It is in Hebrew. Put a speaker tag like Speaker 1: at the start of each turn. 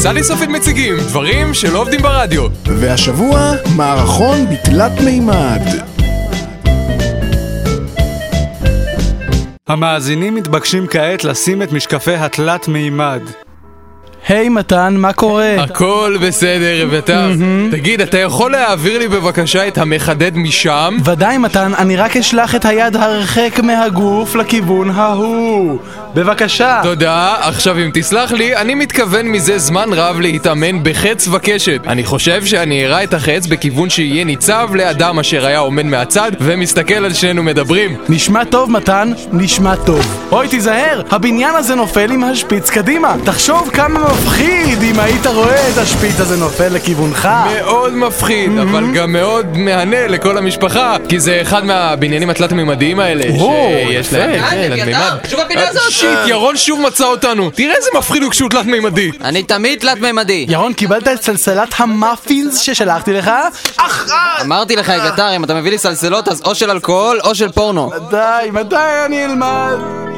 Speaker 1: סלי סופית מציגים דברים שלא עובדים ברדיו.
Speaker 2: והשבוע, מערכון בתלת מימד.
Speaker 3: המאזינים מתבקשים כעת לשים את משקפי התלת מימד.
Speaker 4: היי מתן, מה קורה?
Speaker 1: אה. הכל בסדר, אביתר. תגיד, אתה יכול להעביר לי בבקשה את המחדד משם?
Speaker 4: ודאי מתן, אני רק אשלח את היד הרחק מהגוף לכיוון ההוא. בבקשה.
Speaker 1: תודה. עכשיו, אם תסלח לי, אני מתכוון מזה זמן רב להתאמן בחץ וקשת. אני חושב שאני אראה את החץ בכיוון שיהיה ניצב לאדם אשר היה עומד מהצד ומסתכל על שנינו מדברים.
Speaker 4: נשמע טוב מתן, נשמע טוב. אוי תיזהר, הבניין הזה נופל עם השפיץ קדימה. תחשוב כמה מפחיד אם היית רואה את השפיץ הזה נופל לכיוונך.
Speaker 1: מאוד מפחיד, אבל גם מאוד מהנה לכל המשפחה, כי זה אחד מהבניינים התלת-מימדיים האלה,
Speaker 4: וואו,
Speaker 1: שיש
Speaker 4: יפה.
Speaker 1: להם
Speaker 5: אה,
Speaker 1: כן,
Speaker 5: אביתר,
Speaker 1: תלת-מימד.
Speaker 5: שוב הפינה
Speaker 1: אה,
Speaker 5: הזאת!
Speaker 1: שיט, ירון שוב מצא אותנו! תראה איזה מפחיד הוא כשהוא תלת-מימדי!
Speaker 5: אני תמיד תלת-מימדי.
Speaker 4: ירון, קיבלת את סלסלת המאפינס ששלחתי לך?
Speaker 5: אמרתי לך, אביתר, אם אתה מביא לי סלסלות, אז או של אלכוהול או של פורנו.
Speaker 4: די, מתי אני אלמד?